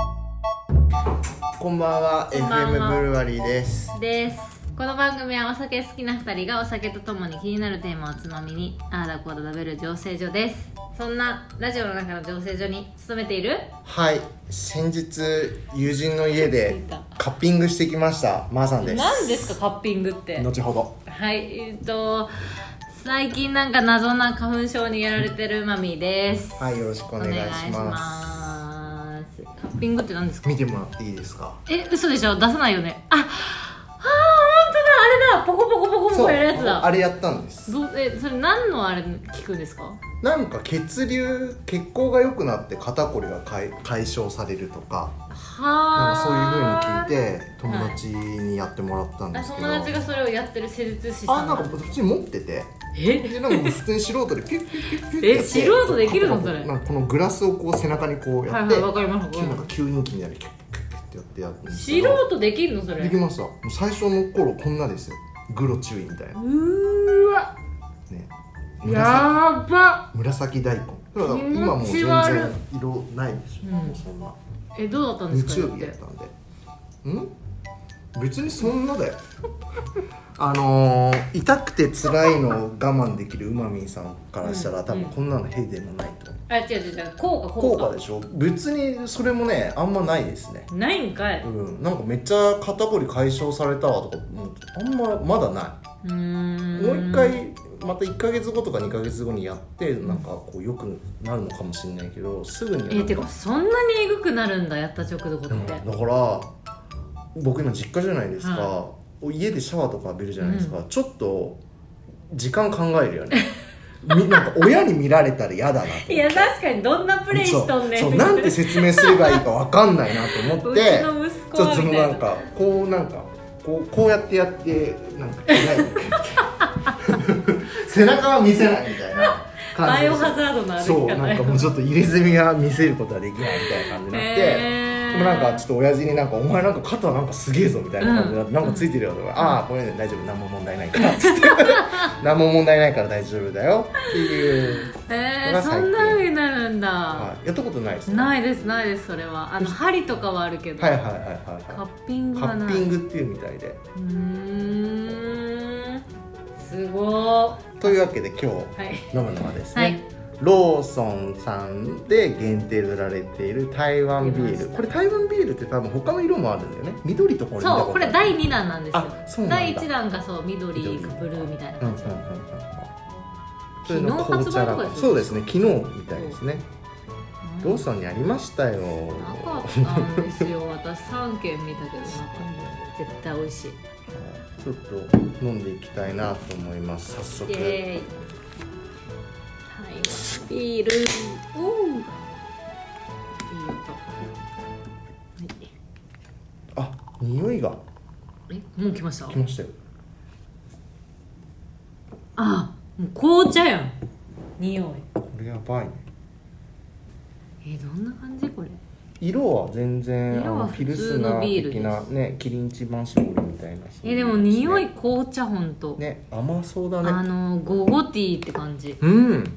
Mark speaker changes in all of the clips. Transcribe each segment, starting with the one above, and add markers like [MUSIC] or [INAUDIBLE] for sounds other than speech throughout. Speaker 1: こんばんは、
Speaker 2: こんばんは
Speaker 1: FM ブルワリーです。
Speaker 2: ですこの番組はお酒好きな2人がお酒とともに気になるテーマをつまみにあーだこーだ食べる醸成所ですそんなラジオの中の醸成所に勤めている
Speaker 1: はい、先日友人の家で
Speaker 2: 聞いた
Speaker 1: カッピングしてきました。まー、さんです。
Speaker 2: 何ですかカッピングって
Speaker 1: 後ほど。
Speaker 2: はいえっと最近なんか謎な花粉症にやられてるマミーです
Speaker 1: はい、よろしくお願いします。
Speaker 2: ますカッピングって何ですか
Speaker 1: 見てもらっていいですか。
Speaker 2: え嘘でしょ出さないよねああー本当だあれだポコポコポコポコやるやつだ
Speaker 1: あれやったんです。
Speaker 2: どうえそれ何のあれ聞くんですか
Speaker 1: なんか血流、血行が良くなって肩こりが解解消されるとか、なん
Speaker 2: は
Speaker 1: かそういう風に聞いて友達にやってもらったんですけど。
Speaker 2: 友達がそれをやってる施術師さ
Speaker 1: あ、
Speaker 2: ん
Speaker 1: なんか普通に持ってて。
Speaker 2: え
Speaker 1: でなんかもう普通に素人でピュッピュッピュッピュッ
Speaker 2: え
Speaker 1: やって
Speaker 2: 素人できるのそれ
Speaker 1: なんかこのグラスをこう背中にこう
Speaker 2: は
Speaker 1: や
Speaker 2: い
Speaker 1: って、
Speaker 2: はいわかりますわか
Speaker 1: 急
Speaker 2: り
Speaker 1: になん
Speaker 2: ま
Speaker 1: か吸引器みたいにキュッキュッキュッってやってやるんですす
Speaker 2: 素
Speaker 1: けど
Speaker 2: 人できんのそれ
Speaker 1: できましたもう最初の頃こんなですよグロ注意みたいな
Speaker 2: うーわ
Speaker 1: ね紫
Speaker 2: やば
Speaker 1: 紫大根だから
Speaker 2: 気持ち悪い
Speaker 1: 今もう全然色ないでしょ、
Speaker 2: うん
Speaker 1: もうそんな
Speaker 2: えどうだったんですか
Speaker 1: 日曜日やったんでん別にそんなだよ [LAUGHS] あのー、痛くて辛いのを我慢できるうまみんさんからしたら、
Speaker 2: うん
Speaker 1: 多分こんなのへいでもないと思う
Speaker 2: あ違う違う違う効果
Speaker 1: 効
Speaker 2: 効
Speaker 1: 果
Speaker 2: 果
Speaker 1: でしょ別にそれもねあんまないですね
Speaker 2: ないんかいう
Speaker 1: うんなんかめっちゃ肩こり解消されたわとかもうあんままだな
Speaker 2: うーん
Speaker 1: いもう一回また1ヶ月後とか2ヶ月後にやってなんかこう良くなるのかもしれないけどすぐには
Speaker 2: えてかそんなにえぐくなるんだやった直後って、
Speaker 1: うんだから僕今実家じゃないですか、
Speaker 2: は
Speaker 1: 家でシャワーとか浴びるじゃないですか、ちょっと時間考えるよねみなんか親に見られたら嫌だなと思って
Speaker 2: [LAUGHS] いや確かにどんなプレイしとんねん
Speaker 1: そうそうなんて説明すればいいか分かんないなと思っ
Speaker 2: う
Speaker 1: て
Speaker 2: ちの息
Speaker 1: ち
Speaker 2: 子
Speaker 1: ょっ
Speaker 2: は
Speaker 1: とその
Speaker 2: み
Speaker 1: な
Speaker 2: た
Speaker 1: いん
Speaker 2: な
Speaker 1: かこうなんかこうこうやってやってなんか
Speaker 2: [LAUGHS]
Speaker 1: 背中は見せないみたいな感じで
Speaker 2: バイオハザードの歩き
Speaker 1: そう
Speaker 2: 方
Speaker 1: なんかもうちょっと入れ墨が見せることはできないみたいな感じになって、でもなんかちょっと親父になんか「お前なんか肩なんかすげえぞ」みたいな感じになって、なんかついてるよ」とか「ああこれで大丈夫何も問題ないから」つって「
Speaker 2: [LAUGHS]
Speaker 1: 何も問題ないから大丈夫だよ」っていう、
Speaker 2: え
Speaker 1: これは
Speaker 2: ー、そ
Speaker 1: 最近
Speaker 2: んな風になるんだ、
Speaker 1: はい、やったことないですね
Speaker 2: ないいですないですそれはあの針とかはあるけど、
Speaker 1: はいはいはいはい
Speaker 2: カ
Speaker 1: は
Speaker 2: ッピン
Speaker 1: い
Speaker 2: グ
Speaker 1: カ
Speaker 2: はな
Speaker 1: ッ
Speaker 2: い
Speaker 1: ピングっていうみたいで
Speaker 2: うーんすご
Speaker 1: というわけで今日
Speaker 2: ーはい
Speaker 1: 飲むのはですね、
Speaker 2: はい
Speaker 1: ローソンさんで限定で売られている台湾ビ
Speaker 2: 出ま
Speaker 1: ー
Speaker 2: し
Speaker 1: ル
Speaker 2: た
Speaker 1: これ台湾ビールって多分他の色もあるんだよね緑とか俺見た
Speaker 2: そう
Speaker 1: と
Speaker 2: こ
Speaker 1: ある
Speaker 2: れ第2弾なんですよ
Speaker 1: あそうなんだ
Speaker 2: 第1弾がそう緑かブルーみたいな
Speaker 1: うんうんう
Speaker 2: 感
Speaker 1: ん
Speaker 2: じ、
Speaker 1: うん
Speaker 2: 昨日発売とかですよ
Speaker 1: そうですね昨日みたいですね、ローソンにありましたよ
Speaker 2: なかったんですよ私3軒見たけどなかった絶対美味しい
Speaker 1: ちょっと飲んでいきたいなと思います早
Speaker 2: イ
Speaker 1: 速
Speaker 2: エーイ台湾ビールおーいい音はい
Speaker 1: あ匂いが
Speaker 2: えもう来ました
Speaker 1: きましたよ
Speaker 2: あもう紅茶やん匂い
Speaker 1: これやばいね
Speaker 2: えどんな感じこれ
Speaker 1: 色は全然
Speaker 2: 色は
Speaker 1: あの
Speaker 2: 普
Speaker 1: ピルス
Speaker 2: 通
Speaker 1: ナ
Speaker 2: のビー
Speaker 1: ー
Speaker 2: ル
Speaker 1: 的なねキリン一番搾りみたいな
Speaker 2: えでも匂い
Speaker 1: ね
Speaker 2: 紅茶ほんと、
Speaker 1: ね甘そうだ
Speaker 2: あ
Speaker 1: ね
Speaker 2: のゴゴティーって感じ
Speaker 1: うん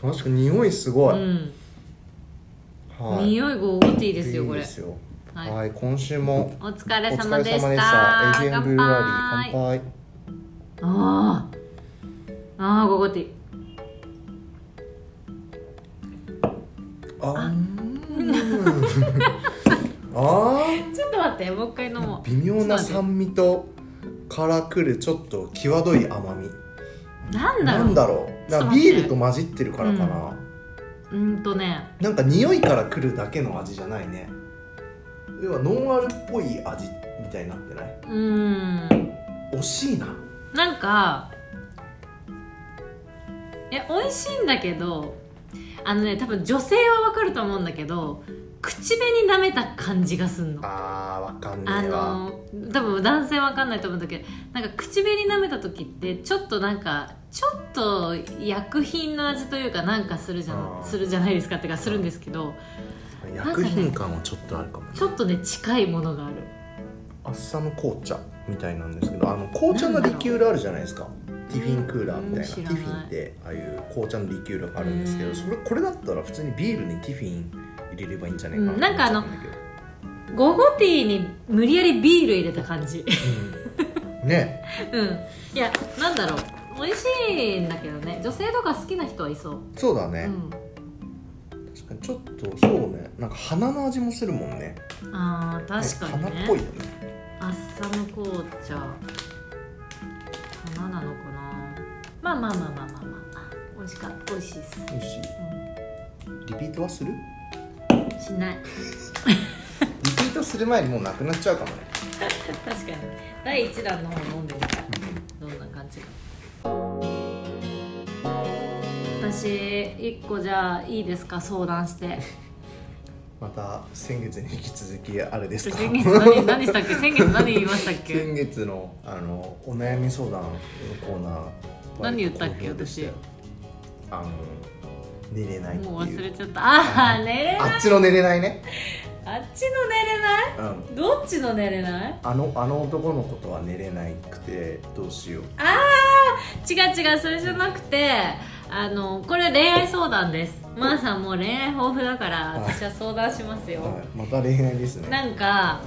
Speaker 1: 確かに匂いすごい、
Speaker 2: うん、
Speaker 1: はい
Speaker 2: 匂いゴゴティーですよこれ
Speaker 1: いいですよは、
Speaker 2: はいい
Speaker 1: 今週も
Speaker 2: お疲
Speaker 1: お
Speaker 2: れ
Speaker 1: 疲
Speaker 2: 様
Speaker 1: れ
Speaker 2: でし
Speaker 1: 様
Speaker 2: た
Speaker 1: でしたエフエムブルワリー乾
Speaker 2: 乾杯
Speaker 1: 杯
Speaker 2: あーあーゴゴティー
Speaker 1: あー [LAUGHS] あ
Speaker 2: ちょっと待ってもう一回飲
Speaker 1: ー
Speaker 2: もう
Speaker 1: 微妙な
Speaker 2: ちょっと待
Speaker 1: 酸味とからくるちょっと際どい甘み
Speaker 2: ってなんだ
Speaker 1: な
Speaker 2: ろうん
Speaker 1: だろう
Speaker 2: ちょっ
Speaker 1: なん
Speaker 2: と
Speaker 1: か
Speaker 2: 待
Speaker 1: ビ
Speaker 2: って
Speaker 1: ールと混じってるからかな、
Speaker 2: うーんとね
Speaker 1: なんか匂いからくるだけの味じゃないね要はノンアルっぽい味みたいになってないう
Speaker 2: ーん
Speaker 1: 惜しいな
Speaker 2: なんかいや美味しいんだけどあのね多分女性はわかると思うんだけど口紅舐めた感じがすんの
Speaker 1: あーわかんね
Speaker 2: あ
Speaker 1: えわ
Speaker 2: の多分男性わかんないと思うんだけどなんか口紅舐めた時ってちょっとなんかちょっと薬品の味というかなんかするじゃ
Speaker 1: あ
Speaker 2: ん
Speaker 1: ー
Speaker 2: するじゃないですかってかするんですけど
Speaker 1: 薬品感はちょっとあるかも
Speaker 2: ちょっとね近いものがある
Speaker 1: アッサム紅茶みたいなんですけどあの紅茶のリキュールあるじゃないですかティフィンクーラーみたいな、ティフ
Speaker 2: うん知ら
Speaker 1: ィン
Speaker 2: ない
Speaker 1: ってああいう紅茶のリキュールがあるんですけ
Speaker 2: う
Speaker 1: ど
Speaker 2: ん
Speaker 1: それこれだったら普通にビールにティフィン入入れればいいんじゃない
Speaker 2: うん
Speaker 1: か
Speaker 2: なんかあの
Speaker 1: と思っちゃうんだ
Speaker 2: ゴゴティーに無理やりビール入れた感じ
Speaker 1: けどうんね
Speaker 2: うんいやなんだろう美味しいんだけどね女性とか好きな人はいそう、
Speaker 1: そうだ
Speaker 2: う
Speaker 1: ね、
Speaker 2: ん、
Speaker 1: 確かにちょっとそうねなんか花の味もするもんね
Speaker 2: あー確かに
Speaker 1: ね
Speaker 2: ね
Speaker 1: 花っぽいよね
Speaker 2: アッサム紅茶花なのかなまあまあまあまあまあまあ美味しかった美味しいっす、
Speaker 1: 美味しいリピートはする
Speaker 2: うん、しない
Speaker 1: リピートする前にもうなくなっちゃうかもね
Speaker 2: 確かに第1弾の方飲んでみたいどんな感じか私一個じゃあいいですか相談して
Speaker 1: また先月に引き続きあれですか
Speaker 2: 先月何何したっけ先月何言いましたっ
Speaker 1: [LAUGHS]
Speaker 2: け
Speaker 1: 先月のあのお悩み相談のコーナー
Speaker 2: 何言ったっけ
Speaker 1: 好評でしたよあの寝れないっていう
Speaker 2: もう忘れちゃったああ寝れない
Speaker 1: あっちの寝れないね、
Speaker 2: あっちの寝れない
Speaker 1: うん、
Speaker 2: どっちの寝れない
Speaker 1: あのあの男のことは寝れないくてどうしよう
Speaker 2: あー違う違うそれじゃなくてあのこれ恋愛相談ですまーさんもう恋愛豊富だから
Speaker 1: はい
Speaker 2: 私は相談しますよ、
Speaker 1: はい、また恋愛ですね
Speaker 2: なんか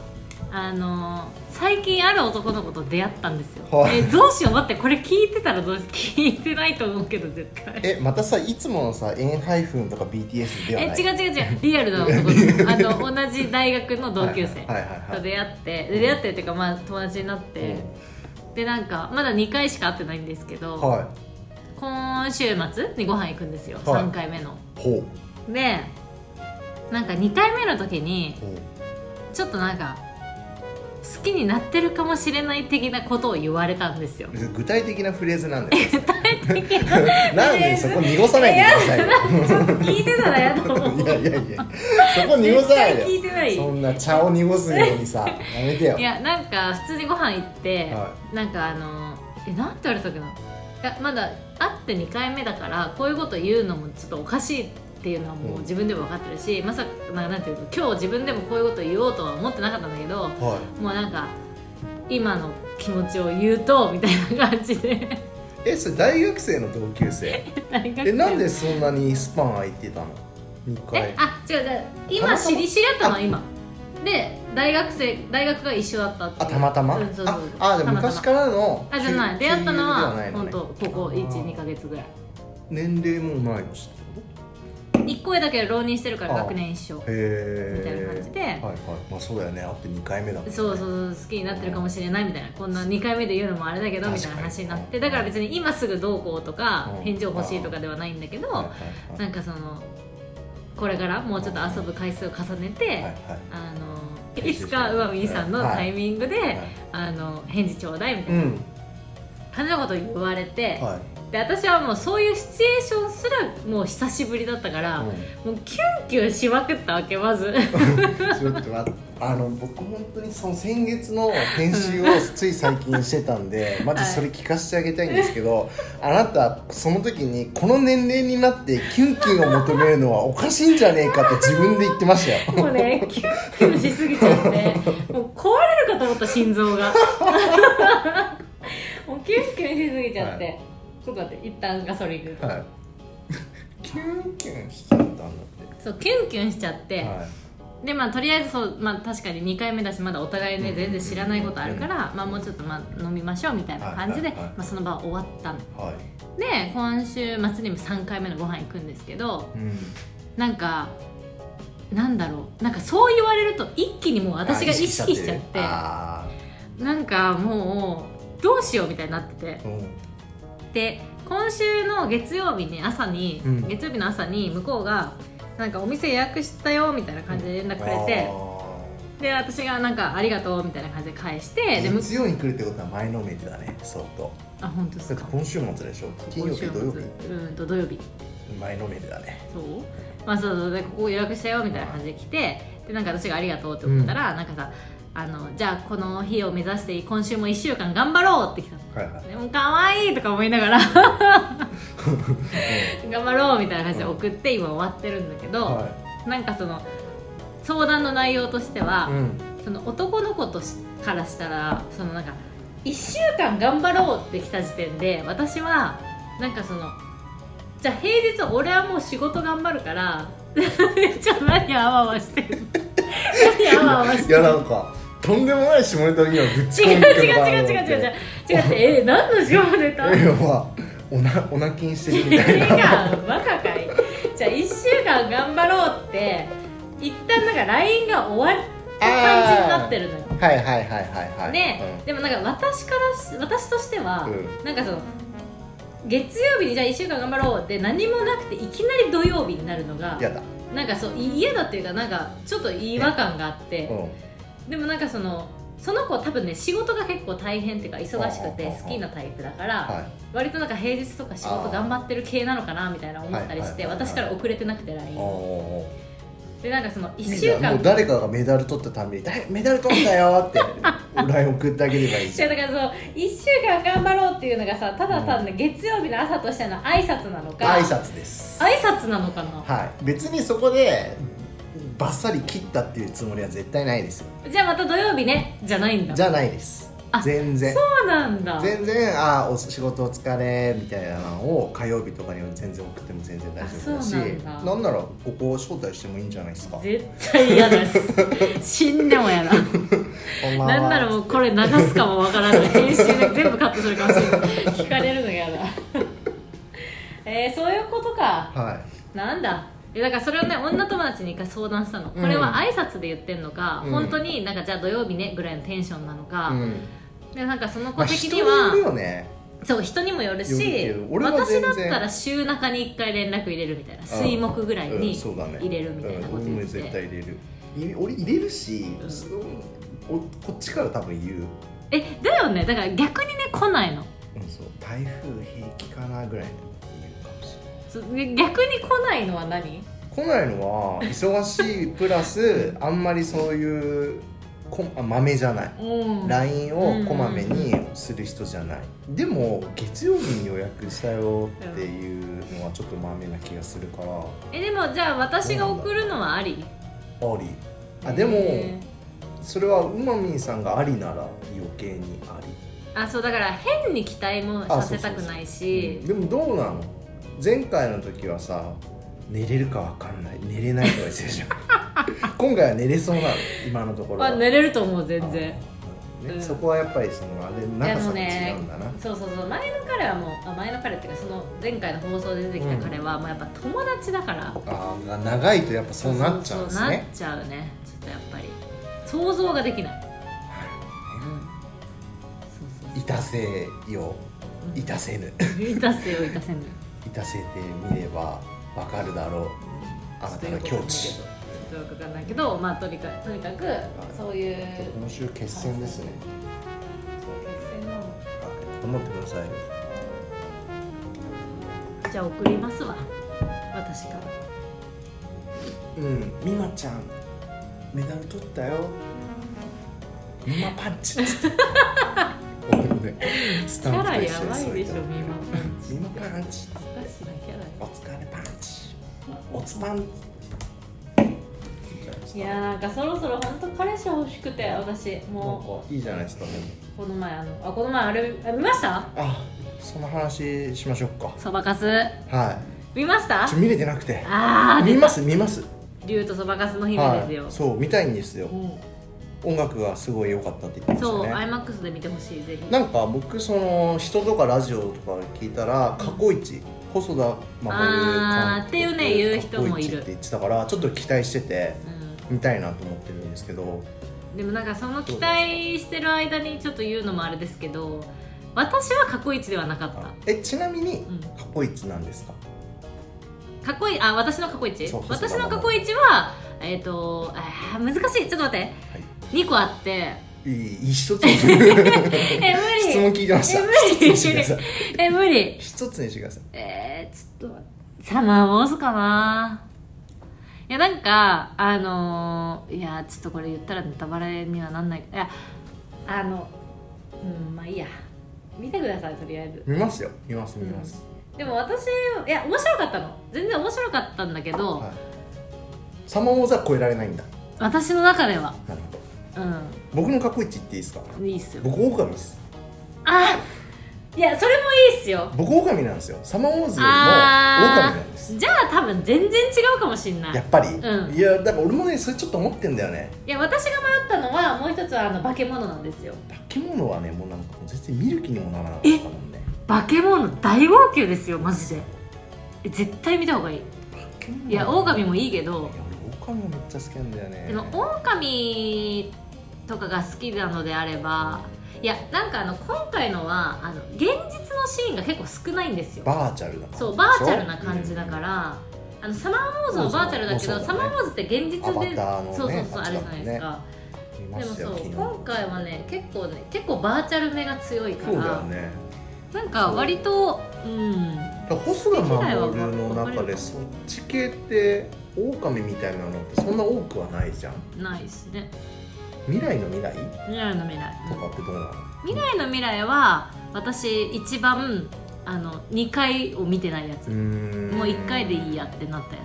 Speaker 2: あの最近ある男の子と出会ったんですよ、
Speaker 1: はい
Speaker 2: えどうしよう待ってこれ聞いてたらどうし [LAUGHS] 聞いてないと思うけど絶対
Speaker 1: えまたさいつものさ n ハイフンとか BTS では
Speaker 2: え
Speaker 1: ない
Speaker 2: 違う違う違うリアルな男の子あの同じ大学の同級生
Speaker 1: はいはいはいはい
Speaker 2: と出会って、で出会ってっていうかまあ友達になって、でなんかまだ2回しか会ってないんですけど、
Speaker 1: うんは
Speaker 2: 今週末にご飯行くんですよ、
Speaker 1: はい
Speaker 2: 3回目の
Speaker 1: いほう
Speaker 2: でなんか2回目の時に
Speaker 1: ほう
Speaker 2: ちょっとなんか好きになってるかもしれない的なことを言われたん
Speaker 1: [LAUGHS]
Speaker 2: ですよ
Speaker 1: 具体的なフレーズ
Speaker 2: [LAUGHS]
Speaker 1: なんだよなんでそこ濁さないでくださいよ
Speaker 2: ちょっと聞いてたらやと思う
Speaker 1: いやいやいやそこ濁さない
Speaker 2: 絶対聞いてな
Speaker 1: で
Speaker 2: い
Speaker 1: そんな茶を濁すようにさやめてよ
Speaker 2: いやなんか普通にご飯行って、
Speaker 1: は
Speaker 2: なんかあのえなんて言われたっけないやまだ会って2回目だからこういうこと言うのもちょっとおかしいっていうのはもう自分でも分かってるし、まさかななんていうの今日自分でもこういうこと言おうとは思ってなかったんだけど
Speaker 1: は
Speaker 2: もうなんか今の気持ちを言うとみたいな感じで
Speaker 1: いえそれ大学生の同級生
Speaker 2: 大学生
Speaker 1: えなんでそんなにスパン空いてたの2回
Speaker 2: えあ違う違う今知り知り合ったのは今で大学生大学が一緒だったって
Speaker 1: あ
Speaker 2: いう
Speaker 1: たまたま、
Speaker 2: うんそうそうそう
Speaker 1: ああでも
Speaker 2: たまたま
Speaker 1: 昔からの
Speaker 2: あじゃない出会ったのは本当ここ12
Speaker 1: 12
Speaker 2: か月ぐらい
Speaker 1: 年齢も同い年ってこと
Speaker 2: 1個上だけど浪人してるから
Speaker 1: あ
Speaker 2: 学年一緒
Speaker 1: へえ
Speaker 2: みたいな感じで
Speaker 1: はいはいまあそうだよね会って2回目だもんね
Speaker 2: そうそうそう好きになってるかもしれないみたいなこんな2回目で言うのもあれだけどみたいな話になっ
Speaker 1: 確か
Speaker 2: てだ
Speaker 1: に
Speaker 2: から別に今すぐどうこうとか
Speaker 1: うん
Speaker 2: 返事を欲しいとかではないんだけ
Speaker 1: はい
Speaker 2: ど
Speaker 1: はいはい
Speaker 2: なんかそのこれからもうちょっと遊ぶ回数を重ね
Speaker 1: はいは
Speaker 2: て
Speaker 1: い
Speaker 2: あのいつかうわみーさんのタイミング
Speaker 1: はい
Speaker 2: であの返事ちょうだいみた
Speaker 1: う
Speaker 2: いなん感じのことを言われて
Speaker 1: は
Speaker 2: で私はもうそういうシチュエーションすらもう久しぶりだったから、
Speaker 1: い
Speaker 2: もうキュンキュンしまくったわ
Speaker 1: [LAUGHS]
Speaker 2: けまず
Speaker 1: うんちょっと待ってあの僕本当にその先月の編集をつい最近してたんでまずそれ聞かせてあげたいんですけどあなたその時にこの年齢になってキュンキュンを求めるのはおかしいんじゃねえかって自分で言ってましたよ
Speaker 2: もうねキュンキュンしすぎちゃってもう壊れるかと思った心
Speaker 1: [LAUGHS]
Speaker 2: 臓がもうキュンキュンしすぎちゃって、
Speaker 1: はい
Speaker 2: ちょっと待って一旦ガソリン入れる
Speaker 1: はい、キュンキュンしちゃったんだっ、
Speaker 2: そうキュンキュンしちゃってて、
Speaker 1: は
Speaker 2: でまあとりあえずそう、まあ、確かに2回目だしまだお互いね
Speaker 1: うん
Speaker 2: 全然知らないことあるから、まあ、もうちょっと、まあ、飲みましょうみたいな感じで、
Speaker 1: はいはいはい
Speaker 2: まあ、その場は終わったの
Speaker 1: いはい
Speaker 2: で今週末にも3回目のご飯行くんですけど
Speaker 1: うん、
Speaker 2: なんかなんだろうなんかそう言われると一気にもう私が意識しちゃって
Speaker 1: あ
Speaker 2: なんかもうどうしようみたいになってて
Speaker 1: ーうん
Speaker 2: で今週の月曜日に朝に、
Speaker 1: うん
Speaker 2: 月曜日の朝に向こうがなんかお店予約したよみたいな感じで連絡くれて、で私がなんかありがとうみたいな感じで返して
Speaker 1: あ
Speaker 2: で
Speaker 1: ー
Speaker 2: む
Speaker 1: 月曜に来るってことは前のめりだね相当
Speaker 2: あ本当で
Speaker 1: だ
Speaker 2: す
Speaker 1: って
Speaker 2: か
Speaker 1: 今週末でしょ金曜日
Speaker 2: 今週
Speaker 1: 土
Speaker 2: 末
Speaker 1: 曜日
Speaker 2: うんと土曜日
Speaker 1: 前のめりだね
Speaker 2: そうまあそうそうでここ予約したよみたいな感じで来てでなんか私がありがとうって思ったら、なんかさあのじゃあこの日を目指して今週も1週間頑張ろうって来たの
Speaker 1: はいはい
Speaker 2: でも可愛いとか思いながら頑張ろうみたいな感じで送って今終わってるんだけど、
Speaker 1: は
Speaker 2: なんかその相談の内容としては、
Speaker 1: いうん
Speaker 2: その男の子としからしたらそのなんか1週間頑張ろうって来た時点で私はなんかそのじゃあ平日俺はもう仕事頑張るからじゃあ何あわあわしてる何あわあわし
Speaker 1: い
Speaker 2: て
Speaker 1: や
Speaker 2: る
Speaker 1: なんかとんでもない下ネタにはぶっ
Speaker 2: 違
Speaker 1: ち
Speaker 2: う違う
Speaker 1: 込んでくるな
Speaker 2: 違う違う違う違う違う違うえ何の仕事ネタ
Speaker 1: 要はおなおなきんしてるみたい
Speaker 2: 1
Speaker 1: な
Speaker 2: 週間バカかいじゃあ1週間頑張ろうって一旦なんか LINE が終わった感じになってるのよ
Speaker 1: はいはいはいはいはい
Speaker 2: で、でもなんか私からし私としては、
Speaker 1: う
Speaker 2: なんかその月曜日にじゃあ1週間頑張ろうって何もなくていきなり土曜日になるのが
Speaker 1: うん、やだ
Speaker 2: なんかそうい嫌だっていうかなんかちょっと違和感があって、
Speaker 1: うん
Speaker 2: でもなんかそのその子多分ね仕事が結構大変っていうか忙しくて好きなタイプだから、
Speaker 1: は
Speaker 2: 割となんか平日とか仕事頑張ってる系なのかなみたいな思ったりして
Speaker 1: はいはいはいはい
Speaker 2: 私から遅れてなくて
Speaker 1: い
Speaker 2: LINE
Speaker 1: おー
Speaker 2: でなんかその1
Speaker 1: じ
Speaker 2: 週
Speaker 1: ゃあ
Speaker 2: 間
Speaker 1: もう誰かがメダル取ったために誰「メダル取ったよ」って
Speaker 2: [LAUGHS]
Speaker 1: LINE 送ってあげればいいじ
Speaker 2: 違
Speaker 1: ゃ
Speaker 2: うんだからそう1週間頑張ろうっていうのがさただ単に月曜日の朝としての挨拶なのか
Speaker 1: 挨拶です
Speaker 2: 挨拶なのかな
Speaker 1: はい別にそこでバッサリ切ったっていうつもりは絶対ないですよ
Speaker 2: じゃあまた土曜日ねじゃないんだ
Speaker 1: じゃないです
Speaker 2: あ
Speaker 1: 全然
Speaker 2: そうなんだ
Speaker 1: 全然あーお仕事お疲れみたいなのを火曜日とかには全然送っても全然大丈夫だし
Speaker 2: あそうなんだ
Speaker 1: んならここを招待してもいいんじゃないですか
Speaker 2: 絶対嫌です死んでも
Speaker 1: [LAUGHS]
Speaker 2: 嫌だ
Speaker 1: こんばんは
Speaker 2: なんならもうこれ流すかもわからない編集で全部カットするかもしれない聞かれるの嫌だ [LAUGHS] えー、そういうことか
Speaker 1: は
Speaker 2: なんだえだからそれをね女友達に一回相談したの、
Speaker 1: うん
Speaker 2: これは挨拶で言ってんのか、
Speaker 1: うん
Speaker 2: 本当になんかじゃあ土曜日ねぐらいのテンションなのか、
Speaker 1: い、うん
Speaker 2: でなんかその
Speaker 1: ま
Speaker 2: 子
Speaker 1: あ、
Speaker 2: 的
Speaker 1: 人に
Speaker 2: には、
Speaker 1: よるよね
Speaker 2: そう人にもよる
Speaker 1: よる
Speaker 2: し
Speaker 1: けど俺は
Speaker 2: 私
Speaker 1: 全然
Speaker 2: だったら週中に1回連絡入れるみたいな水木ぐらい
Speaker 1: うん
Speaker 2: に
Speaker 1: そうだね
Speaker 2: 入れるみたいなこと
Speaker 1: うん
Speaker 2: 言
Speaker 1: 俺
Speaker 2: っ
Speaker 1: も
Speaker 2: て
Speaker 1: 絶
Speaker 2: て、
Speaker 1: 対入れる入れ俺入れるし、
Speaker 2: うん
Speaker 1: そのおこっちから多分言う、
Speaker 2: えだよねだから逆にね来ないの
Speaker 1: うん、そう台風平気かなぐらいの言うかもしれない
Speaker 2: そ逆に来ないのは何
Speaker 1: 来ないのは忙しいプラスあんまりそういうこあ豆じゃない
Speaker 2: うん
Speaker 1: LINE をこまめにする人じゃない、でも月曜日に予約したよっていうのはちょっと豆な気がするから
Speaker 2: えでもじゃあ私が送るのはあり
Speaker 1: ありあでも、
Speaker 2: え
Speaker 1: それはうまみんさんがありなら余計にあり
Speaker 2: ーあそうだから変に期待もさせたくないし
Speaker 1: でもどうなの前回の時はさ寝れるかわかんない寝れないとか言ってる
Speaker 2: [LAUGHS]
Speaker 1: じゃん今回は寝れそうなの今のところは
Speaker 2: まあ寝れると思う全然
Speaker 1: あー、ね
Speaker 2: うん
Speaker 1: そこはやっぱりそのあれ長さが違うんだな、
Speaker 2: そうそうそう前の彼はもうあ前の彼っていうかその前回の放送で出てきた彼は、もうやっぱ友達だから
Speaker 1: ああ長いとやっぱそうなっちゃうんです
Speaker 2: そうそうそうな
Speaker 1: ね
Speaker 2: っちゃうねちょっとやっぱり想像ができない、うん、そうそう
Speaker 1: いたせよいたせぬ [LAUGHS]
Speaker 2: いたせよいたせぬ
Speaker 1: いたせてみればわかるだろうあなたの境地
Speaker 2: ちょっとよくわかんないけどまあとにかくとにかくそういう
Speaker 1: 今週決戦ですね
Speaker 2: そういう決戦なの
Speaker 1: 頑張ってください
Speaker 2: じゃあ送りますわ私から
Speaker 1: うん美馬ちゃんメダル取ったよ美馬パン
Speaker 2: [LAUGHS]
Speaker 1: チごめんねス
Speaker 2: キ
Speaker 1: タ
Speaker 2: ャ
Speaker 1: ンプと一緒
Speaker 2: ラやばいでしょ
Speaker 1: それ
Speaker 2: みま
Speaker 1: と美馬パンチ
Speaker 2: おかしなキャラ
Speaker 1: お疲れパンチおつパン
Speaker 2: いやーなんかそろそろ本当彼氏欲しくて私
Speaker 1: なん
Speaker 2: も
Speaker 1: かいいじゃないですかね
Speaker 2: うこの前あのあこの前あれあ見ました
Speaker 1: あその話しましょうか
Speaker 2: そばかす
Speaker 1: は
Speaker 2: 見ました
Speaker 1: いちょ見れてなくて
Speaker 2: あー
Speaker 1: 見
Speaker 2: で
Speaker 1: ます見ます
Speaker 2: 竜とそばかすの姫です
Speaker 1: は
Speaker 2: よ、
Speaker 1: いそう見たいんですよ
Speaker 2: うん
Speaker 1: 音楽がすごい良かったって言ってま
Speaker 2: そう、
Speaker 1: したね
Speaker 2: iMAX で見てほしいぜひ
Speaker 1: なんか僕その人とかラジオとか聞いたら過去一細田守監督
Speaker 2: あーっていうね言う人もいる
Speaker 1: 過去一って言ってたからちょっと期待してて
Speaker 2: う
Speaker 1: 見たいなと思ってるんですけど
Speaker 2: んでもなんかその期待してる間にちょっと言うのもあれですけど私は過去一ではなかった、
Speaker 1: えちなみに
Speaker 2: うん、
Speaker 1: 過去一なんですか
Speaker 2: かっこいいあ私の過去一
Speaker 1: そうそうそう
Speaker 2: 私の過去一はえっ、とあー難しいちょっと待って2個あって
Speaker 1: いい一つに質
Speaker 2: え無理
Speaker 1: 問聞いてました
Speaker 2: え無理
Speaker 1: 一つにしてください
Speaker 2: え無理
Speaker 1: 一つにしてください
Speaker 2: えー、ちょっと待ってさあまあおずかないやなんかあのー、いやちょっとこれ言ったらネタバレにはなんないいやあのうんまあいいや見てくださいとりあえず
Speaker 1: 見ますよ見ます見ます、
Speaker 2: でも私いや面白かったの全然面白かったんだけど、
Speaker 1: はいサマーウォーズは超えられないんだ
Speaker 2: 私の中では
Speaker 1: なるほど
Speaker 2: う
Speaker 1: 僕の過去一言っていいですか
Speaker 2: んいいっすよ
Speaker 1: 僕オオカミです
Speaker 2: あいやそれもいいっすよ
Speaker 1: 僕狼なんですよサマーウォーズよりも
Speaker 2: あー
Speaker 1: 狼なんです
Speaker 2: じゃあ多分全然違うかもしんない
Speaker 1: やっぱり、
Speaker 2: うん
Speaker 1: いやだから俺もねそれちょっと思ってんだよね
Speaker 2: いや私が迷ったのはもう一つはあの化け物なんですよ
Speaker 1: 化け物はねもうなんかもう全然見る気にもならなかったもんね
Speaker 2: 化け物大号泣ですよマジでえ絶対見た方がいい
Speaker 1: 化け物
Speaker 2: いや
Speaker 1: い
Speaker 2: 狼
Speaker 1: や
Speaker 2: もいいけ
Speaker 1: 俺
Speaker 2: ど
Speaker 1: 狼がめっちゃ好きなんだよね
Speaker 2: でも狼とかが好きなのであればいやなんかあの今回のはあの現実のシーンが結構少ないんですよ
Speaker 1: バーチャルだから
Speaker 2: そうバーチャルな感じだから、あのサマーウォーズもバーチャルだけど
Speaker 1: そうそう
Speaker 2: サマーウォーズって現実で
Speaker 1: アバターのね
Speaker 2: そうそうそうあ
Speaker 1: あ
Speaker 2: れ
Speaker 1: っち
Speaker 2: じ
Speaker 1: だ
Speaker 2: ゃ
Speaker 1: もん
Speaker 2: な
Speaker 1: ね
Speaker 2: いですか
Speaker 1: うん見ま
Speaker 2: でも
Speaker 1: したよ
Speaker 2: そう
Speaker 1: 昨日
Speaker 2: 今回はね結構ね結構バーチャル目が強いか
Speaker 1: そうだよ
Speaker 2: ら、
Speaker 1: ね
Speaker 2: なんか割とうん
Speaker 1: だから細田守の中でそっち系って狼みたいなのってそんな多くはないじゃん
Speaker 2: ないですね
Speaker 1: 未来の未来
Speaker 2: 未来の未来
Speaker 1: とかってどうなの
Speaker 2: 未来の未来は私一番あの2回を見てないやつ、
Speaker 1: うーん
Speaker 2: もう1回でいいやってなったや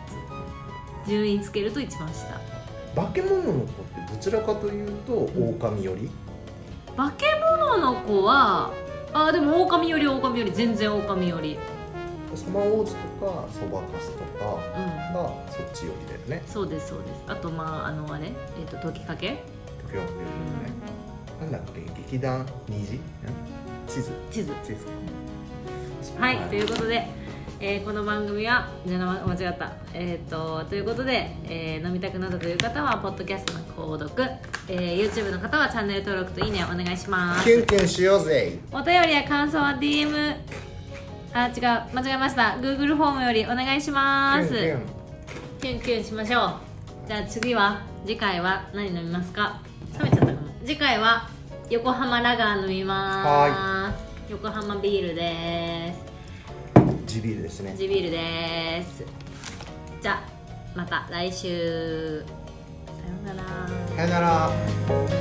Speaker 2: つ順位つけると一番下
Speaker 1: 化け物の子ってどちらかというと狼より
Speaker 2: 化け物の子はあーでも狼より狼より全然狼より
Speaker 1: サマーウォーズとかそばかすとか
Speaker 2: う
Speaker 1: が
Speaker 2: ん
Speaker 1: そっちよりだよね
Speaker 2: そうですそうですあとまああのあれえっ、と解きかけ
Speaker 1: 時々ねなんだっけ劇団虹ん地図
Speaker 2: 地図
Speaker 1: 地図
Speaker 2: はい、ということで、えーこの番組はじゃな間違った、えー、とということで、えー飲みたくなったという方はポッドキャストの購読、えー YouTube の方はチャンネル登録といいねお願いします
Speaker 1: キュンキュンしようぜ
Speaker 2: お便りや感想は DM あ違う間違えました Google フォームよりお願いします
Speaker 1: キュン
Speaker 2: キュンキュンしましょうじゃあ次は次回は何飲みますか冷めちゃったかも次回は横浜ラガー飲みます横浜ビールです
Speaker 1: キュン地ビールですね
Speaker 2: ジビールです。じゃあまた来週。さようなら。
Speaker 1: さよなら